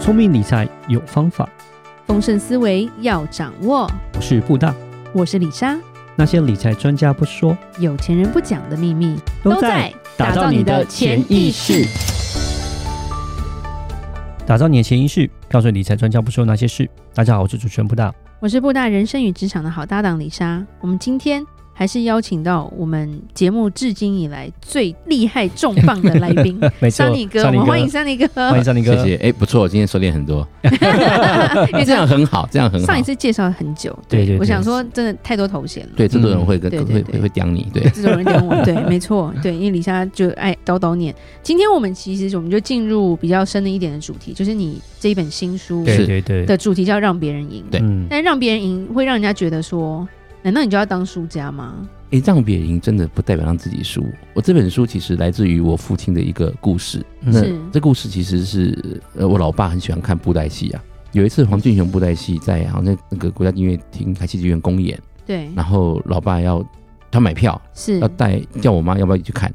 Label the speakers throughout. Speaker 1: 聪明理财有方法，
Speaker 2: 丰盛思维要掌握。
Speaker 1: 我是布大。
Speaker 2: 我是李莎，
Speaker 1: 那些理财专家不说，
Speaker 2: 有钱人不讲的秘密
Speaker 1: 打造你的潜意识。，打造你的潜意识，告诉你理财专家不说那些事。大家好，我是主持人布大。
Speaker 2: 我是布大人生与职场的好搭档李莎。我们今天还是邀请到我们节目至今以来最厉害重磅的来 宾
Speaker 1: 没错
Speaker 2: 桑尼哥，我
Speaker 1: 桑尼
Speaker 2: 们
Speaker 1: 哥
Speaker 2: 欢迎桑尼哥。
Speaker 1: 欢迎上林哥。
Speaker 3: 谢谢，哎、不错，今天收敛很 多，
Speaker 2: 因为
Speaker 3: 这样很好，这样很好。
Speaker 2: 上一次介绍了很久，
Speaker 1: 对对对
Speaker 2: 我想说真的太多头衔了。
Speaker 3: 对制作人会跟、
Speaker 2: 嗯对对
Speaker 3: 会
Speaker 2: 对
Speaker 3: 会会刁你，对，
Speaker 2: 这种人点 我，对，没错，对，因为李莎就爱叨叨念。今天我们其实我们就进入比较深的一点的主题，就是你这一本新书
Speaker 1: 对
Speaker 3: 是
Speaker 1: 对对，
Speaker 2: 的主题叫“让别人赢”。
Speaker 3: 对
Speaker 1: 嗯，
Speaker 2: 但让别人赢会让人家觉得说，难道你就要当输家吗？
Speaker 3: 哎、让别人赢真的不代表让自己输。我这本书其实来自于我父亲的一个故事，
Speaker 2: 嗯
Speaker 3: 那
Speaker 2: 是
Speaker 3: 这故事其实是呃，我老爸很喜欢看布袋戏啊。有一次黄俊雄布袋戏在好像那个国家音乐厅还戏剧院公演，
Speaker 2: 对，
Speaker 3: 然后老爸要他买票，
Speaker 2: 是
Speaker 3: 要带叫我妈要不要去看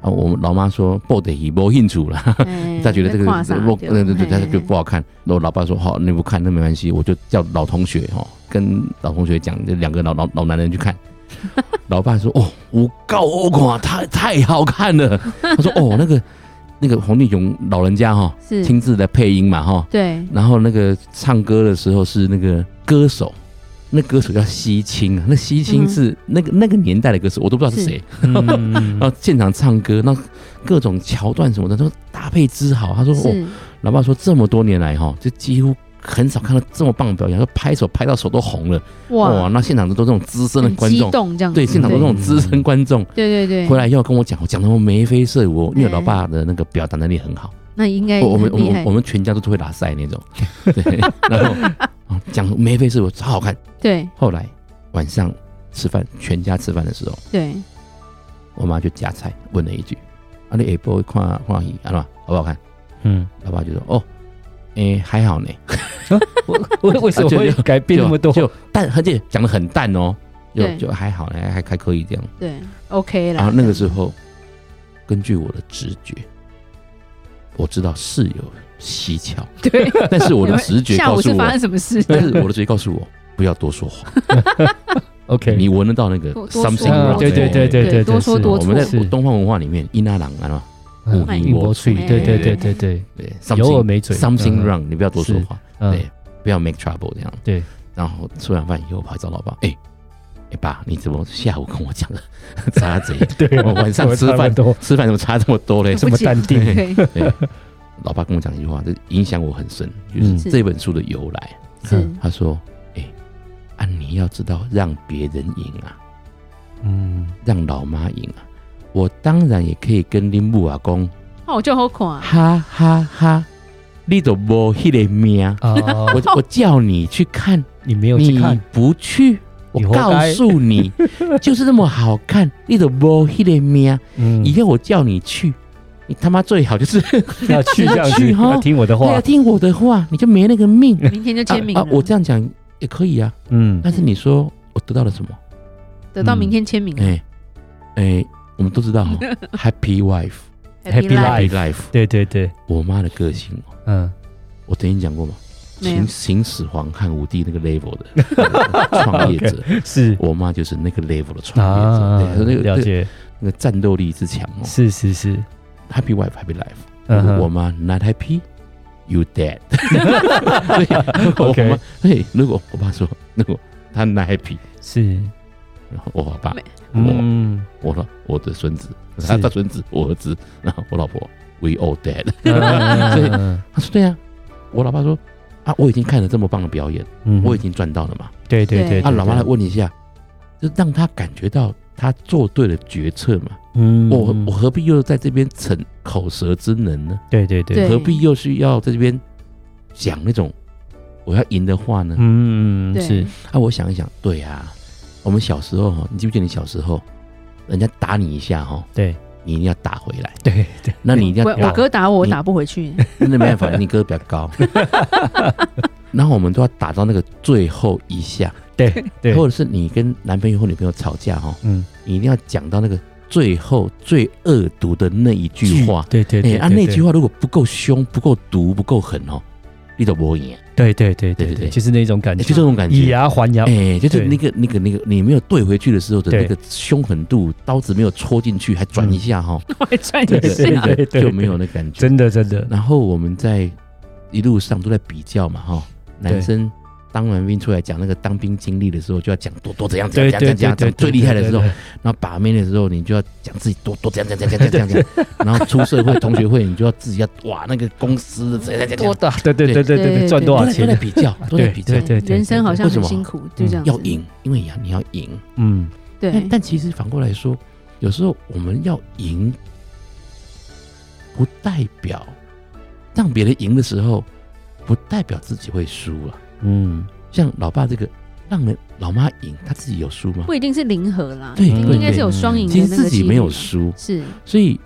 Speaker 3: 啊？我老妈说不得已没兴趣了。
Speaker 2: 哎
Speaker 3: 他觉得这个
Speaker 2: 跨上
Speaker 3: 不，
Speaker 2: 对哎
Speaker 3: 对对对，他
Speaker 2: 嘿
Speaker 3: 就不好看。然后老爸说：“好，你不看那没关系，我就叫老同学哈、哦，跟老同学讲，这两个老老老男人 去看。”老爸说：“哦，我告我看，太太好看 了。”他说：“哦，那个那个黄俊雄老人家哈、哦，
Speaker 2: 哎是，
Speaker 3: 亲自来配音嘛哈、哦，
Speaker 2: 对，
Speaker 3: 然后那个唱歌的时候是那个歌手。”那歌手叫西青啊，那西青
Speaker 2: 嗯
Speaker 3: 是那个、那个年代的歌手，我都不知道是
Speaker 2: 是
Speaker 3: 谁。
Speaker 1: 嗯
Speaker 3: 然后现场唱歌，那各种桥段什么的都搭配之好。他说：“哦，
Speaker 2: 是
Speaker 3: 老爸说，这么多年来哈，就几乎很少看到这么棒的表演，说拍手拍到手都红了，哇！
Speaker 2: 哇，
Speaker 3: 那现场都这种资深的
Speaker 2: 很
Speaker 3: 观
Speaker 2: 激
Speaker 3: 众，
Speaker 2: 动这样子，
Speaker 3: 对，现场都这种
Speaker 1: 嗯
Speaker 3: 资深观众
Speaker 2: 对对对，
Speaker 3: 回来要跟我讲，我讲的我眉飞色舞，因为
Speaker 2: 嗯
Speaker 3: 老爸的那个表达能力很好，
Speaker 2: 那应该
Speaker 3: 我我
Speaker 2: 哎
Speaker 3: 们
Speaker 2: 很
Speaker 3: 我
Speaker 2: 厉
Speaker 3: 们
Speaker 2: 害
Speaker 3: 我，们全家都是会拉赛那种， 对，然后啊讲眉飞色舞超好看。
Speaker 2: 对
Speaker 3: 后来晚上吃饭，全家吃饭的时候，
Speaker 2: 对，
Speaker 3: 我妈就夹菜问了一句：“啊，你下播看看戏啊，好不好看
Speaker 1: 嗯，？”
Speaker 3: 老爸就说：“哦，诶、还好呢。”
Speaker 1: 为为什么会改变那么多？
Speaker 3: 就就淡，而且讲的很淡哦，就
Speaker 2: 对
Speaker 3: 就还好呢，还还可以这样。
Speaker 2: 对，OK 啊
Speaker 3: 然
Speaker 2: 啦
Speaker 3: 后。啊那个时候，根据我的直觉，我知道是有 蹊跷，
Speaker 2: 对，
Speaker 3: 但是我的直觉
Speaker 2: 下
Speaker 3: 告
Speaker 2: 午
Speaker 3: 诉
Speaker 2: 是发
Speaker 3: 我，
Speaker 2: 生什么 事？
Speaker 3: 但是我的直觉告诉我不要多 说话，
Speaker 1: OK，
Speaker 3: 你闻得到那个
Speaker 2: 多多说
Speaker 3: something
Speaker 1: 啊
Speaker 3: wrong
Speaker 1: 对对对对对，
Speaker 2: 多说
Speaker 1: 是
Speaker 2: 多
Speaker 3: 我
Speaker 2: 错
Speaker 3: 们在
Speaker 1: 是
Speaker 3: 东方文化里面，伊那郎啊嘛，
Speaker 1: 嗯
Speaker 2: 五
Speaker 3: 音
Speaker 1: 我
Speaker 3: 我
Speaker 1: 去
Speaker 3: 取，
Speaker 1: 对对对对对，
Speaker 3: 对
Speaker 1: 有耳
Speaker 3: ，something
Speaker 1: 没嘴
Speaker 3: something
Speaker 1: 嗯
Speaker 3: wrong，你不要多说话，
Speaker 1: 嗯
Speaker 3: 对，不要 make trouble 这样。
Speaker 1: 对，
Speaker 3: 然后吃完饭以后，我跑去找老爸，哎、哎、爸，你怎么下午跟我讲了 渣贼？
Speaker 1: 对，哦
Speaker 3: 我晚上吃饭
Speaker 1: 都
Speaker 3: 吃饭怎么差这么多嘞？
Speaker 2: 不
Speaker 3: 什
Speaker 1: 这
Speaker 3: 么
Speaker 1: 么
Speaker 2: 解
Speaker 1: 淡定，
Speaker 2: 对，
Speaker 3: 老爸跟我讲一句话，这影响我很深，就
Speaker 1: 嗯
Speaker 3: 是这本书的由来。
Speaker 2: 是
Speaker 3: 他说：“哎、啊，你要知道让别人赢啊，
Speaker 1: 嗯，
Speaker 3: 让老妈赢啊。我当然也可以跟林木阿公
Speaker 2: 那哦我就好垮，
Speaker 3: 哈哈哈你都无迄个命，
Speaker 1: 啊，
Speaker 3: 我我叫你去看，
Speaker 1: 你没有去
Speaker 3: 你
Speaker 1: 看，
Speaker 3: 不去。”我
Speaker 1: 你活
Speaker 3: 告
Speaker 1: 该
Speaker 3: 诉 你，就是这么好看，你都无迄个命。
Speaker 1: 嗯
Speaker 3: 以后我叫你去，你他妈最好就是
Speaker 1: 要去这样子，
Speaker 3: 去哈
Speaker 1: 要听我的
Speaker 3: 对啊
Speaker 1: 话，
Speaker 3: 听我的话，你就没那个命。
Speaker 2: 明天就
Speaker 3: 啊
Speaker 2: 签名
Speaker 3: 啊
Speaker 2: 了。
Speaker 3: 我这样讲也可以啊，
Speaker 1: 嗯
Speaker 3: 但是你说我得到了什么？
Speaker 2: 得到明天签名了
Speaker 3: 哎哎，我们都知道哦 ，Happy Wife
Speaker 1: Happy
Speaker 2: 嗯 Life
Speaker 3: Happy
Speaker 1: Life
Speaker 3: Life。
Speaker 1: 对对对，
Speaker 3: 我妈的个性哦，
Speaker 1: 嗯，
Speaker 3: 我曾经讲过嘛，
Speaker 2: 没有
Speaker 3: 秦秦始皇汉武帝那个 level 的创业者，
Speaker 1: 是
Speaker 3: 我妈就是那个 level 的创
Speaker 1: 啊
Speaker 3: 业者，，哦对那个
Speaker 1: 了
Speaker 3: 那个
Speaker 1: 解，
Speaker 3: 那个战斗力之强哦
Speaker 1: 是是是，
Speaker 3: ，Happy Wife Happy Life。
Speaker 1: 嗯哼
Speaker 3: 我妈 not happy。You dead 所以如果我
Speaker 1: OK
Speaker 3: 妈，所以如果我爸说，如果他 not happy，
Speaker 1: 是，
Speaker 3: 然后我爸
Speaker 2: 没、
Speaker 1: 嗯，
Speaker 3: 我老、我的孙子，
Speaker 1: 是
Speaker 3: 他他孙子，我儿子，然后我老婆，we all dead。
Speaker 1: 所
Speaker 3: 所以他说对啊，我老爸说啊，我已经看了这么棒的表演，
Speaker 1: 嗯
Speaker 3: 我已经赚到了嘛。
Speaker 1: 对对对，
Speaker 2: 对
Speaker 3: 啊，
Speaker 1: 对
Speaker 3: 老妈来，问一下，就让他感觉到他做对了决策嘛。
Speaker 1: 嗯，
Speaker 3: 我我
Speaker 1: 嗯
Speaker 3: 何必又在这边逞口舌之能呢？
Speaker 1: 对对对，
Speaker 2: 对
Speaker 3: 何必又是要在这边讲那种我要赢的话呢？
Speaker 1: 嗯，
Speaker 2: 对
Speaker 1: 是，
Speaker 3: 啊，我想一想，对啊，我们小时候哈，你记不记得你小时候，人家打你一下哈，
Speaker 1: 对
Speaker 3: 你一定要打回来，
Speaker 1: 对对，
Speaker 3: 那你一定
Speaker 2: 我
Speaker 3: 要
Speaker 2: 我
Speaker 3: 打，
Speaker 2: 哥打我，我
Speaker 3: 你
Speaker 2: 打不回去。
Speaker 3: 那没办法，你哥比较 高。然后我们都要打到那个最后一下，
Speaker 1: 对，
Speaker 3: 或者是你跟男朋友或女朋友吵架哈，
Speaker 1: 嗯，
Speaker 3: 你一定要讲到那个最后最恶毒的那一句话。
Speaker 1: 对对
Speaker 3: 哎、
Speaker 1: 嗯对，
Speaker 3: 啊，
Speaker 1: 对
Speaker 3: 那
Speaker 1: 对
Speaker 3: 句话如果不够凶、不够毒、不够狠哦，你都不会赢。
Speaker 1: 对对对
Speaker 3: 对
Speaker 1: 对
Speaker 3: 对
Speaker 1: 对，就是那种感
Speaker 3: 哎
Speaker 1: 觉，
Speaker 3: 就这种感
Speaker 1: 以
Speaker 3: 觉。
Speaker 1: 牙还牙。
Speaker 3: 哎，就是
Speaker 1: 对
Speaker 3: 那个、那个、那个，你没有对回去的时候的
Speaker 1: 对嗯
Speaker 3: 那个凶狠度，刀子没有戳进去，还转一下哈，
Speaker 2: 我转
Speaker 1: 对
Speaker 2: 一啊
Speaker 1: 对
Speaker 2: 下，
Speaker 1: 对对对
Speaker 3: 就没有那感觉。
Speaker 1: 真的真的，
Speaker 3: 然后我们在一路上都在比较嘛，哈，
Speaker 1: 对
Speaker 3: 男生当完兵出来讲那个当兵经历的时候，就要讲多多怎样怎
Speaker 1: 对
Speaker 3: 样怎
Speaker 1: 对对
Speaker 3: 样怎样，
Speaker 1: 对对
Speaker 3: 讲最厉害的时候
Speaker 1: 对，对
Speaker 3: 然后把妹的时候，你就要讲自己多多怎样怎样怎样怎样怎样怎样，然后出社会同学会，你就要自己要哇那个公司的怎样怎样怎
Speaker 1: 多
Speaker 3: 样，
Speaker 1: 大？对对对对
Speaker 2: 对
Speaker 1: 对，
Speaker 2: 对
Speaker 1: 赚多
Speaker 3: 都
Speaker 1: 少
Speaker 3: 在都在
Speaker 1: 钱？
Speaker 3: 比较，都在比较
Speaker 1: 对，对对
Speaker 2: 人生好像
Speaker 3: 为什
Speaker 2: 很
Speaker 3: 么
Speaker 2: 辛苦，就这样子
Speaker 3: 要赢，因为呀你要赢。
Speaker 1: 嗯，
Speaker 2: 对
Speaker 3: 但，但其实反过来说，有时候我们要赢，不代表让别人赢的时候，不代表自己会输啊。
Speaker 1: 嗯，
Speaker 3: 像老爸这个，让人老妈赢，他自己有输吗
Speaker 2: 不？一定是零和啦，
Speaker 3: 对
Speaker 2: 应
Speaker 1: 对
Speaker 2: 应该是
Speaker 1: 对
Speaker 2: 有双赢的
Speaker 3: 其
Speaker 2: 那
Speaker 3: 实
Speaker 2: 个
Speaker 3: 自己
Speaker 2: 几率啊
Speaker 3: 没有
Speaker 2: 啦，
Speaker 3: 输，
Speaker 2: 是
Speaker 3: 所以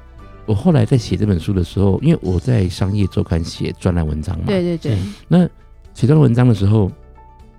Speaker 3: 我后来在写这本书的时候，因为我在商业周刊写专栏文章嘛，
Speaker 2: 对对对，
Speaker 3: 那写这篇文章的时候，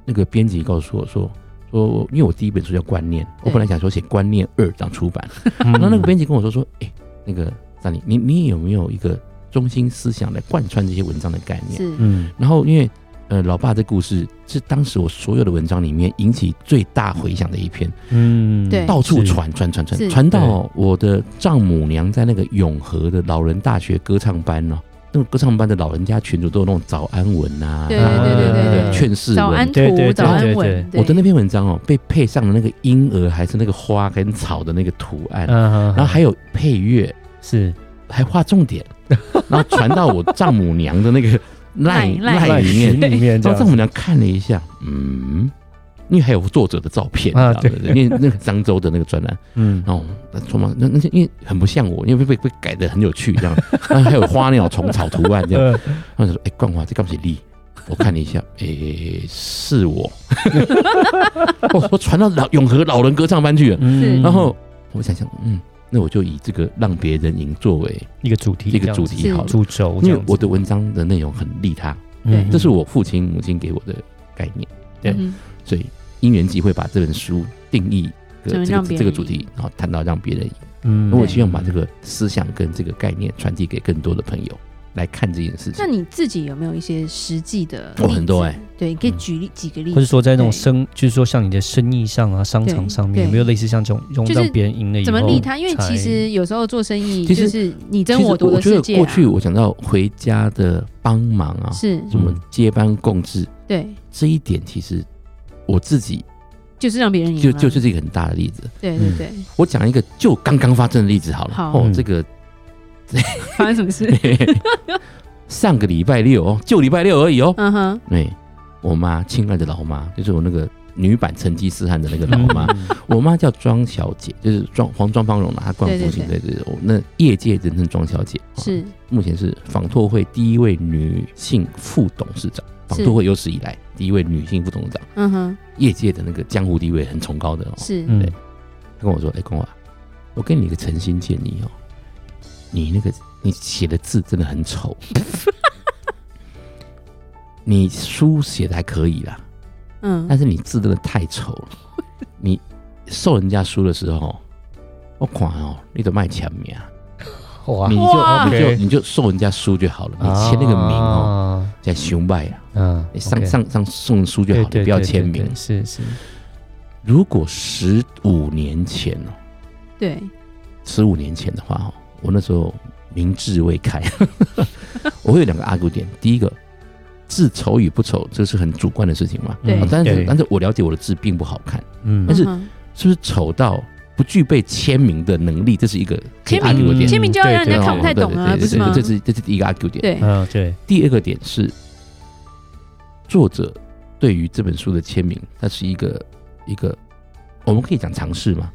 Speaker 3: 那个编辑告诉我说。说，因为我第一本书叫《观念》，我
Speaker 2: 对
Speaker 3: 本来想说写《观念二》当出版，
Speaker 1: 然
Speaker 3: 啊然后那个编辑跟我说说，哎、那个三林，你你有没有一个中心思想来贯穿这些文章的概念？
Speaker 2: 是
Speaker 1: 嗯
Speaker 3: 然后因为呃，老爸这故事是当时我所有的文章里面引起最大回响的一篇，
Speaker 1: 嗯，
Speaker 2: 对
Speaker 3: 到处
Speaker 1: 是
Speaker 3: 传传传
Speaker 2: 是
Speaker 3: 传，传到我的丈母娘在那个永和的老人大学歌唱班哦，那种歌唱班的老人家群主都有那种早安文啊，
Speaker 2: 对
Speaker 1: 对对对
Speaker 3: 那个
Speaker 1: 对
Speaker 3: 劝世
Speaker 2: 早
Speaker 3: 文
Speaker 2: 安。
Speaker 1: 对对
Speaker 2: 图、
Speaker 1: 对
Speaker 2: 早安
Speaker 1: 对
Speaker 2: 文，对
Speaker 3: 我的那篇文章哦，被配上了那个婴儿还是那个花跟草的那个图案，
Speaker 1: 嗯，
Speaker 3: 然后还有配乐，
Speaker 1: 是
Speaker 3: 还画重点，然后传到我丈母娘的那个赖
Speaker 2: 赖
Speaker 3: 赖里面，
Speaker 1: 里面这
Speaker 3: 然后丈
Speaker 1: 样
Speaker 3: 母娘看了一下，嗯，因为还有作者的照片
Speaker 1: 啊
Speaker 3: 啊，对对，因为那个漳州的那个专栏，
Speaker 1: 嗯，
Speaker 3: 然后那充满那那些因为很不像我，因为被被被改的很有趣这样，然后还有花鸟虫草图案这样，
Speaker 1: 呃
Speaker 3: 然后想说，哎，冠华这干不起力。我看了一下，诶、是我，我我传到老永和老人歌唱班去了。
Speaker 1: 嗯
Speaker 3: 然后我想想，嗯，那我就以这个让别人赢作为
Speaker 1: 一个主题，
Speaker 3: 一个主
Speaker 2: 这
Speaker 3: 题
Speaker 2: 样
Speaker 3: 好
Speaker 2: 子
Speaker 3: 了，
Speaker 1: 主轴这
Speaker 3: 因
Speaker 1: 样
Speaker 3: 为
Speaker 1: 子，
Speaker 3: 我的文章的内容很利他，
Speaker 1: 嗯
Speaker 3: 这是我父亲母亲给我的概念，
Speaker 1: 对
Speaker 2: 嗯
Speaker 3: 所以因缘际会把这本书定义
Speaker 2: 怎么
Speaker 3: 个这
Speaker 2: 让别人
Speaker 3: 个这个主题，然后谈到让别人赢。
Speaker 1: 嗯
Speaker 3: 那我希望把这个思想跟这个概念传递给更多的朋友来看这件事情
Speaker 2: 那。你自己有没有一些实际的？
Speaker 3: 哦很多欸，
Speaker 2: 对，你可以
Speaker 1: 嗯
Speaker 2: 举例几个例
Speaker 1: 或者
Speaker 2: 子，
Speaker 1: 说在那种
Speaker 2: 对
Speaker 1: 生，就是说像你的生意上啊，商场上面
Speaker 2: 对
Speaker 1: 有没有类似像这种，用
Speaker 2: 就是
Speaker 1: 让别人赢了以后
Speaker 2: 怎么利他？因为
Speaker 1: 才
Speaker 2: 其实有时候做生意
Speaker 3: 其实
Speaker 2: 就是你
Speaker 3: 其
Speaker 2: 争
Speaker 3: 实
Speaker 2: 我夺的
Speaker 3: 觉
Speaker 2: 世
Speaker 3: 得
Speaker 2: 界啊，
Speaker 3: 过去我讲到回家的帮忙啊，
Speaker 2: 是
Speaker 3: 什么接班共治
Speaker 2: 对，
Speaker 3: 这一点，其实我自己
Speaker 2: 就是让别人赢
Speaker 3: 就
Speaker 2: 了
Speaker 3: 就是嗯这个很大的例子。
Speaker 2: 对对对，
Speaker 3: 我讲一个就刚刚发生的例子好了。
Speaker 2: 好
Speaker 3: 哦
Speaker 1: 嗯，
Speaker 3: 这个
Speaker 2: 发生什么事？
Speaker 3: 上个礼拜六哦，就礼拜六而已哦。
Speaker 2: 嗯哼，
Speaker 3: 对，我妈，亲爱的老妈，就是我那个女版成吉思汗的那个老妈。
Speaker 1: 嗯
Speaker 3: 我妈叫庄小姐，就是庄黄庄芳荣嘛，她冠
Speaker 2: 对对
Speaker 3: 复兴对对对，我哦那业界人称庄小姐，哦
Speaker 2: 是
Speaker 3: 目前是纺拓会第一位女性副董事长，纺
Speaker 2: 是
Speaker 3: 拓会有史以来第一位女性副董事长，
Speaker 2: 嗯哼
Speaker 3: 业界的那个江湖地位很崇高的哦。
Speaker 2: 是
Speaker 1: 嗯
Speaker 3: 对她跟我说：“哎，公华，我给你一个诚心建议哦，你那个你写的字真的很丑，你书写的还可以啦，
Speaker 2: 嗯
Speaker 3: 但是你字真的太丑了，你受人家书的时候，我看哦，你都卖签名，
Speaker 1: 哇
Speaker 3: 你就
Speaker 2: 哇
Speaker 3: 你就
Speaker 1: OK 啊
Speaker 3: 你就受人家书就好了，你签那个名哦，，在熊拜啊，
Speaker 1: 嗯
Speaker 3: 你上上上送书就好了，不要签名。
Speaker 1: 是是，
Speaker 3: 如果十五年前哦，
Speaker 2: 对，
Speaker 3: 十五年前的话哦，我那时候明智未开， 我会有两个阿 r 点，第一个。字丑与不丑，这是很主观的事情嘛。
Speaker 2: 对
Speaker 3: 啊但是
Speaker 1: 嗯对
Speaker 3: 但是我了解我的字并不好看，
Speaker 1: 嗯
Speaker 3: 但是
Speaker 2: 嗯哼
Speaker 3: 是不是丑到不具备签名的能力？这是一个可以
Speaker 2: 签名
Speaker 3: argue 的点，
Speaker 2: 签名就要让人
Speaker 1: 对
Speaker 2: 家
Speaker 1: 对
Speaker 2: 看不太懂啊，
Speaker 3: 对对对
Speaker 2: 不是吗
Speaker 3: 这？是这是第一个 argue 点。
Speaker 2: 对，
Speaker 1: 嗯对，
Speaker 3: 第二个点是，作者对于这本书的签名，它是一个一个，我们可以讲尝试嘛，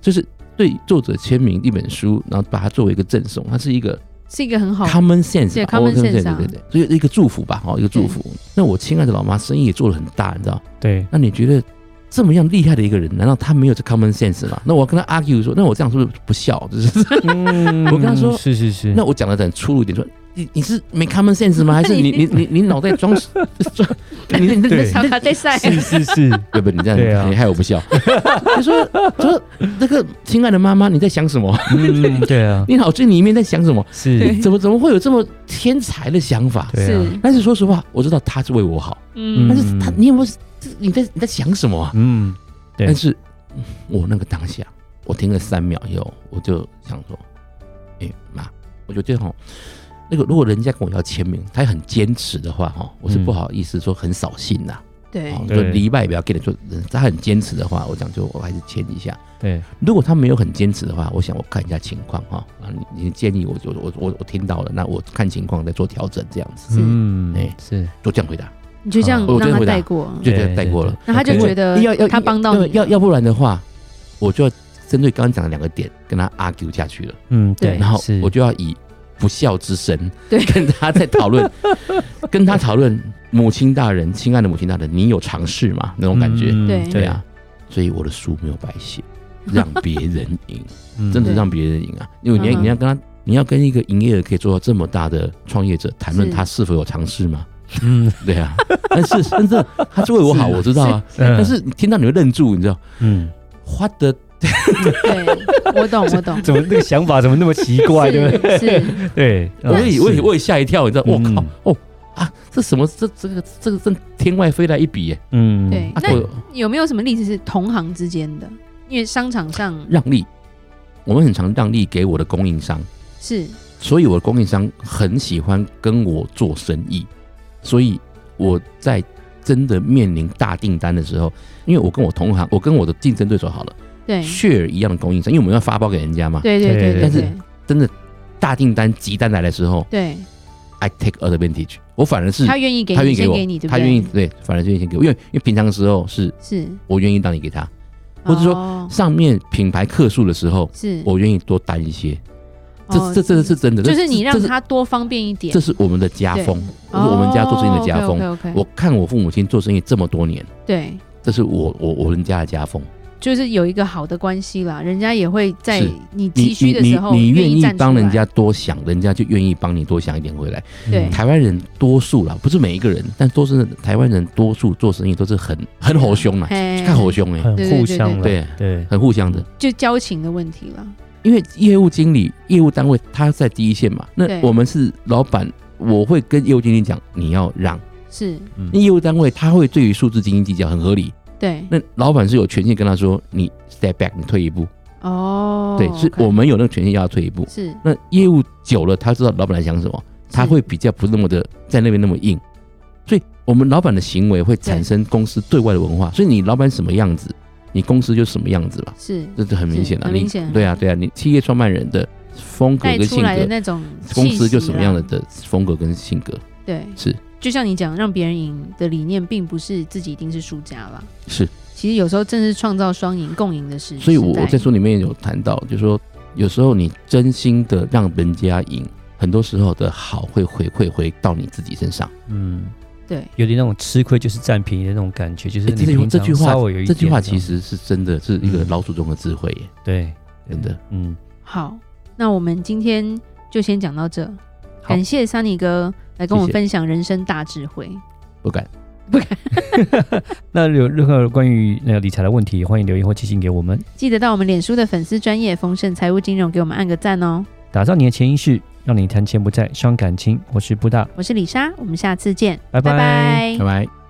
Speaker 3: 就是对作者签名一本书，然后把它作为一个赠送，它是一个
Speaker 2: 是一个很好
Speaker 3: common sense，
Speaker 2: 对
Speaker 3: 吧哦
Speaker 2: common
Speaker 3: common
Speaker 2: sense 啊
Speaker 3: 对对对，所以一个祝福吧，哦，一个祝福。那我亲爱的老妈生意也做得很大，你知道，
Speaker 1: 对，
Speaker 3: 那你觉得这么样厉害的一个人，难道他没有这 common sense 吗？那我跟他 argue 说，那我这样是不是不孝？就是
Speaker 1: 嗯
Speaker 3: 我跟他说
Speaker 1: 是是是，
Speaker 3: 那我讲的很粗鲁一点，说你你是没 common sense 吗？还是你你你你脑袋装装你你你
Speaker 1: 对
Speaker 2: 小卡在赛，
Speaker 1: 是是是，
Speaker 3: 对啊不对？你这
Speaker 1: 对啊
Speaker 3: 样你害我不笑。他说：“他说那个亲爱的妈妈，你在想什么？
Speaker 1: 嗯，对啊，
Speaker 3: 你脑筋里面在想什么？
Speaker 1: 是，
Speaker 3: 怎么怎么会有这么天才的想法？
Speaker 1: 对啊，
Speaker 2: 是
Speaker 3: 但是说实话，我知道他是为我好，但
Speaker 2: 嗯，
Speaker 3: 是他
Speaker 1: 嗯
Speaker 3: 你有没有这你在你在想什么啊？
Speaker 1: 嗯，对
Speaker 3: 但是嗯我那个当下，我听了三秒以后，我就想说，哎、妈，我觉得哈，那个如果人家跟我要签名，他很坚持的话哈，我是
Speaker 1: 嗯
Speaker 3: 不好意思说很扫兴呐、
Speaker 2: 对
Speaker 3: 哦，，
Speaker 1: 对
Speaker 3: 就礼拜不要给你做，他很坚持的话，我讲就我还是签一下。
Speaker 1: 对，
Speaker 3: 如果他没有很坚持的话，我想我看一下情况哈。啊，你你建议我就我我我听到了，那我看情况再做调整，这样子
Speaker 2: 是
Speaker 1: 嗯
Speaker 3: 哎，
Speaker 1: 是，
Speaker 3: 就这样回答，
Speaker 2: 你就这样
Speaker 3: 哦我
Speaker 2: 让
Speaker 3: 真
Speaker 2: 他
Speaker 3: 回答
Speaker 2: 带过，
Speaker 3: 就这样带过了。
Speaker 2: 那他就
Speaker 1: 对
Speaker 2: 觉得
Speaker 3: 啊要要
Speaker 2: 他帮到
Speaker 3: 要
Speaker 2: 你，
Speaker 3: 要要不然的话，我就要针对刚刚讲的两个点跟他 argue 下去了，
Speaker 1: 嗯，
Speaker 2: 对
Speaker 1: 对，
Speaker 3: 然后
Speaker 1: 是
Speaker 3: 我就要以不孝之身
Speaker 2: 对
Speaker 3: 跟他在 讨论，跟他讨论母亲大人，亲爱的母亲大人，你有尝试吗？那种感觉，
Speaker 1: 嗯
Speaker 2: 对
Speaker 3: 对啊，，所以我的书没有白写，让别人 赢，
Speaker 1: 嗯
Speaker 3: 真的
Speaker 2: 对
Speaker 3: 让别人赢啊！因为你要
Speaker 2: 嗯哼
Speaker 3: 你要跟他，你要跟一个营业额可以做到这么大的创业者谈论
Speaker 2: 是
Speaker 3: 他是否有尝试吗？
Speaker 1: 嗯，
Speaker 3: 对啊，但是 真的他是为我好，
Speaker 1: 是
Speaker 3: 我知道啊，
Speaker 2: 嗯
Speaker 3: 但
Speaker 1: 但
Speaker 3: 是你听到你会愣住，你知道。
Speaker 1: 嗯，
Speaker 3: 花的
Speaker 2: 对 我懂，我懂，
Speaker 1: 怎么那个想法怎么那么奇怪，对不
Speaker 2: 是是，
Speaker 1: 对？对，
Speaker 2: 嗯
Speaker 3: 我也我也
Speaker 1: 我
Speaker 3: 我也吓一跳，你知道？我
Speaker 1: 嗯
Speaker 3: 靠！哦啊，这什么？这这个这个这天外飞来一笔耶！
Speaker 1: 嗯，
Speaker 2: 对
Speaker 3: 啊，
Speaker 2: 那
Speaker 3: 我
Speaker 2: 有没有什么例子是同行之间的？因为商场上
Speaker 3: 让利，我们很常让利给我的供应商，
Speaker 2: 是
Speaker 3: 所以我的供应商很喜欢跟我做生意，所以我在真的面临大订单的时候，因为我跟我同行，我跟我的竞争对手好了
Speaker 2: 对
Speaker 3: ，share 一样的供应商，因为我们要发包给人家嘛。
Speaker 2: 对对
Speaker 1: 对
Speaker 2: 对对，
Speaker 3: 但是
Speaker 2: 对
Speaker 3: 真的大订单急单来的时候
Speaker 2: 对
Speaker 3: ，I take advantage，我反而是
Speaker 2: 他愿意给
Speaker 3: 他愿
Speaker 2: 你，
Speaker 3: 意给
Speaker 2: 先
Speaker 3: 我
Speaker 2: 给你，对不
Speaker 3: 他
Speaker 2: 对？
Speaker 3: 愿意对，反正就愿意先给我，因为因为平常的时候是
Speaker 2: 是，
Speaker 3: 我愿意让你给他，或者说
Speaker 2: 哦
Speaker 3: 上面品牌客数的时候，
Speaker 2: 是，
Speaker 3: 我愿意多担一些，
Speaker 2: 哦
Speaker 3: 这这真的是真的，
Speaker 2: 就
Speaker 3: 这
Speaker 2: 是你
Speaker 3: 这
Speaker 2: 让
Speaker 3: 是
Speaker 2: 他多方便一点哦
Speaker 3: 这，是我们的家风，这是我们家做生意的家风。
Speaker 2: OK，
Speaker 3: 我看我父母亲做生意这么多年，
Speaker 2: 对，
Speaker 3: 这是我我我们家的家风。
Speaker 2: 就是有一个好的关系啦，人家也会在
Speaker 3: 是
Speaker 2: 你
Speaker 3: 你
Speaker 2: 急需
Speaker 3: 你
Speaker 2: 的时
Speaker 3: 你
Speaker 2: 候
Speaker 3: 你愿
Speaker 2: 愿
Speaker 3: 意
Speaker 2: 站出
Speaker 3: 帮人
Speaker 2: 来，
Speaker 3: 家嗯多想，人家就愿意帮你多想一点回来。
Speaker 2: 对
Speaker 3: 台湾人多数啦，不是每一个人，但多是台湾人多数做生意都是很很吼凶啦，
Speaker 2: 啊嘿
Speaker 3: 看吼凶哎、
Speaker 1: 很
Speaker 2: 对对
Speaker 1: 互
Speaker 2: 对
Speaker 1: 相了，
Speaker 3: 对
Speaker 1: 对，
Speaker 3: 很互相的。
Speaker 2: 就交情的问题了，
Speaker 3: 因为业务经理、业务单位他在第一线嘛，
Speaker 2: 对
Speaker 3: 那我们是老板，我会跟业务经理讲，你要让。
Speaker 2: 是
Speaker 3: 那业务单位他会对于数字斤斤计较，很合理。
Speaker 2: 对
Speaker 3: 那老板是有权限跟他说，你 step back，你退一步。
Speaker 2: 哦，
Speaker 3: 对，是
Speaker 2: OK
Speaker 3: 我们有那个权限要他退一步。
Speaker 2: 是
Speaker 3: 那业务久了，他知道老板在想什么，他
Speaker 2: 是
Speaker 3: 会比较不那么的在那边那么硬。所以我们老板的行为会产生公司对外的文化。所以你老板什么样子，你公司就什么样子吧。
Speaker 2: 是
Speaker 3: 这是很明显的、
Speaker 2: 是
Speaker 3: 你
Speaker 2: 很明显
Speaker 3: 对啊，对啊，你企业创办人的风格
Speaker 2: 带
Speaker 3: 跟
Speaker 2: 出
Speaker 3: 性
Speaker 2: 来的
Speaker 3: 格，
Speaker 2: 那种
Speaker 3: 公
Speaker 2: 气
Speaker 3: 司就
Speaker 2: 息啊
Speaker 3: 什么样
Speaker 2: 啦
Speaker 3: 的的风格跟性格
Speaker 2: 对，
Speaker 3: 是
Speaker 2: 就像你讲，让别人赢的理念，并不是自己一定是输家啦。
Speaker 3: 是，
Speaker 2: 其实有时候正是创造双赢共赢的时，
Speaker 3: 所以我
Speaker 2: 时代
Speaker 3: 我在书里面有谈到，就是说有时候你真心的让人家赢，很多时候的好会回馈回到你自己身上。
Speaker 1: 嗯，
Speaker 2: 对
Speaker 1: 有点那种吃亏就是占便宜的那种感觉，就是
Speaker 3: 哎
Speaker 1: 你
Speaker 3: 这句
Speaker 1: 平
Speaker 3: 这
Speaker 1: 常
Speaker 3: 句话
Speaker 1: 稍微有一
Speaker 3: 这句话
Speaker 1: 点哦嗯
Speaker 3: 其实是真的是一个老祖宗的智慧耶，
Speaker 1: 对，
Speaker 3: 真的。
Speaker 1: 嗯，
Speaker 2: 好，那我们今天就先讲到这，
Speaker 3: 好
Speaker 2: 感谢桑尼哥来跟我们
Speaker 3: 谢谢
Speaker 2: 分享人生大智慧。
Speaker 3: 不敢。
Speaker 1: 那有任何关于那个理财的问题，欢迎留言或寄信给我们。
Speaker 2: 记得到我们脸书的粉丝专业丰盛财务金融给我们按个赞哦。
Speaker 1: 打造你的潜意识，让你谈钱不再伤感情。我是布大，
Speaker 2: 我是李莎，我们下次见，
Speaker 1: 拜
Speaker 2: 拜拜
Speaker 1: 哎
Speaker 3: 拜拜。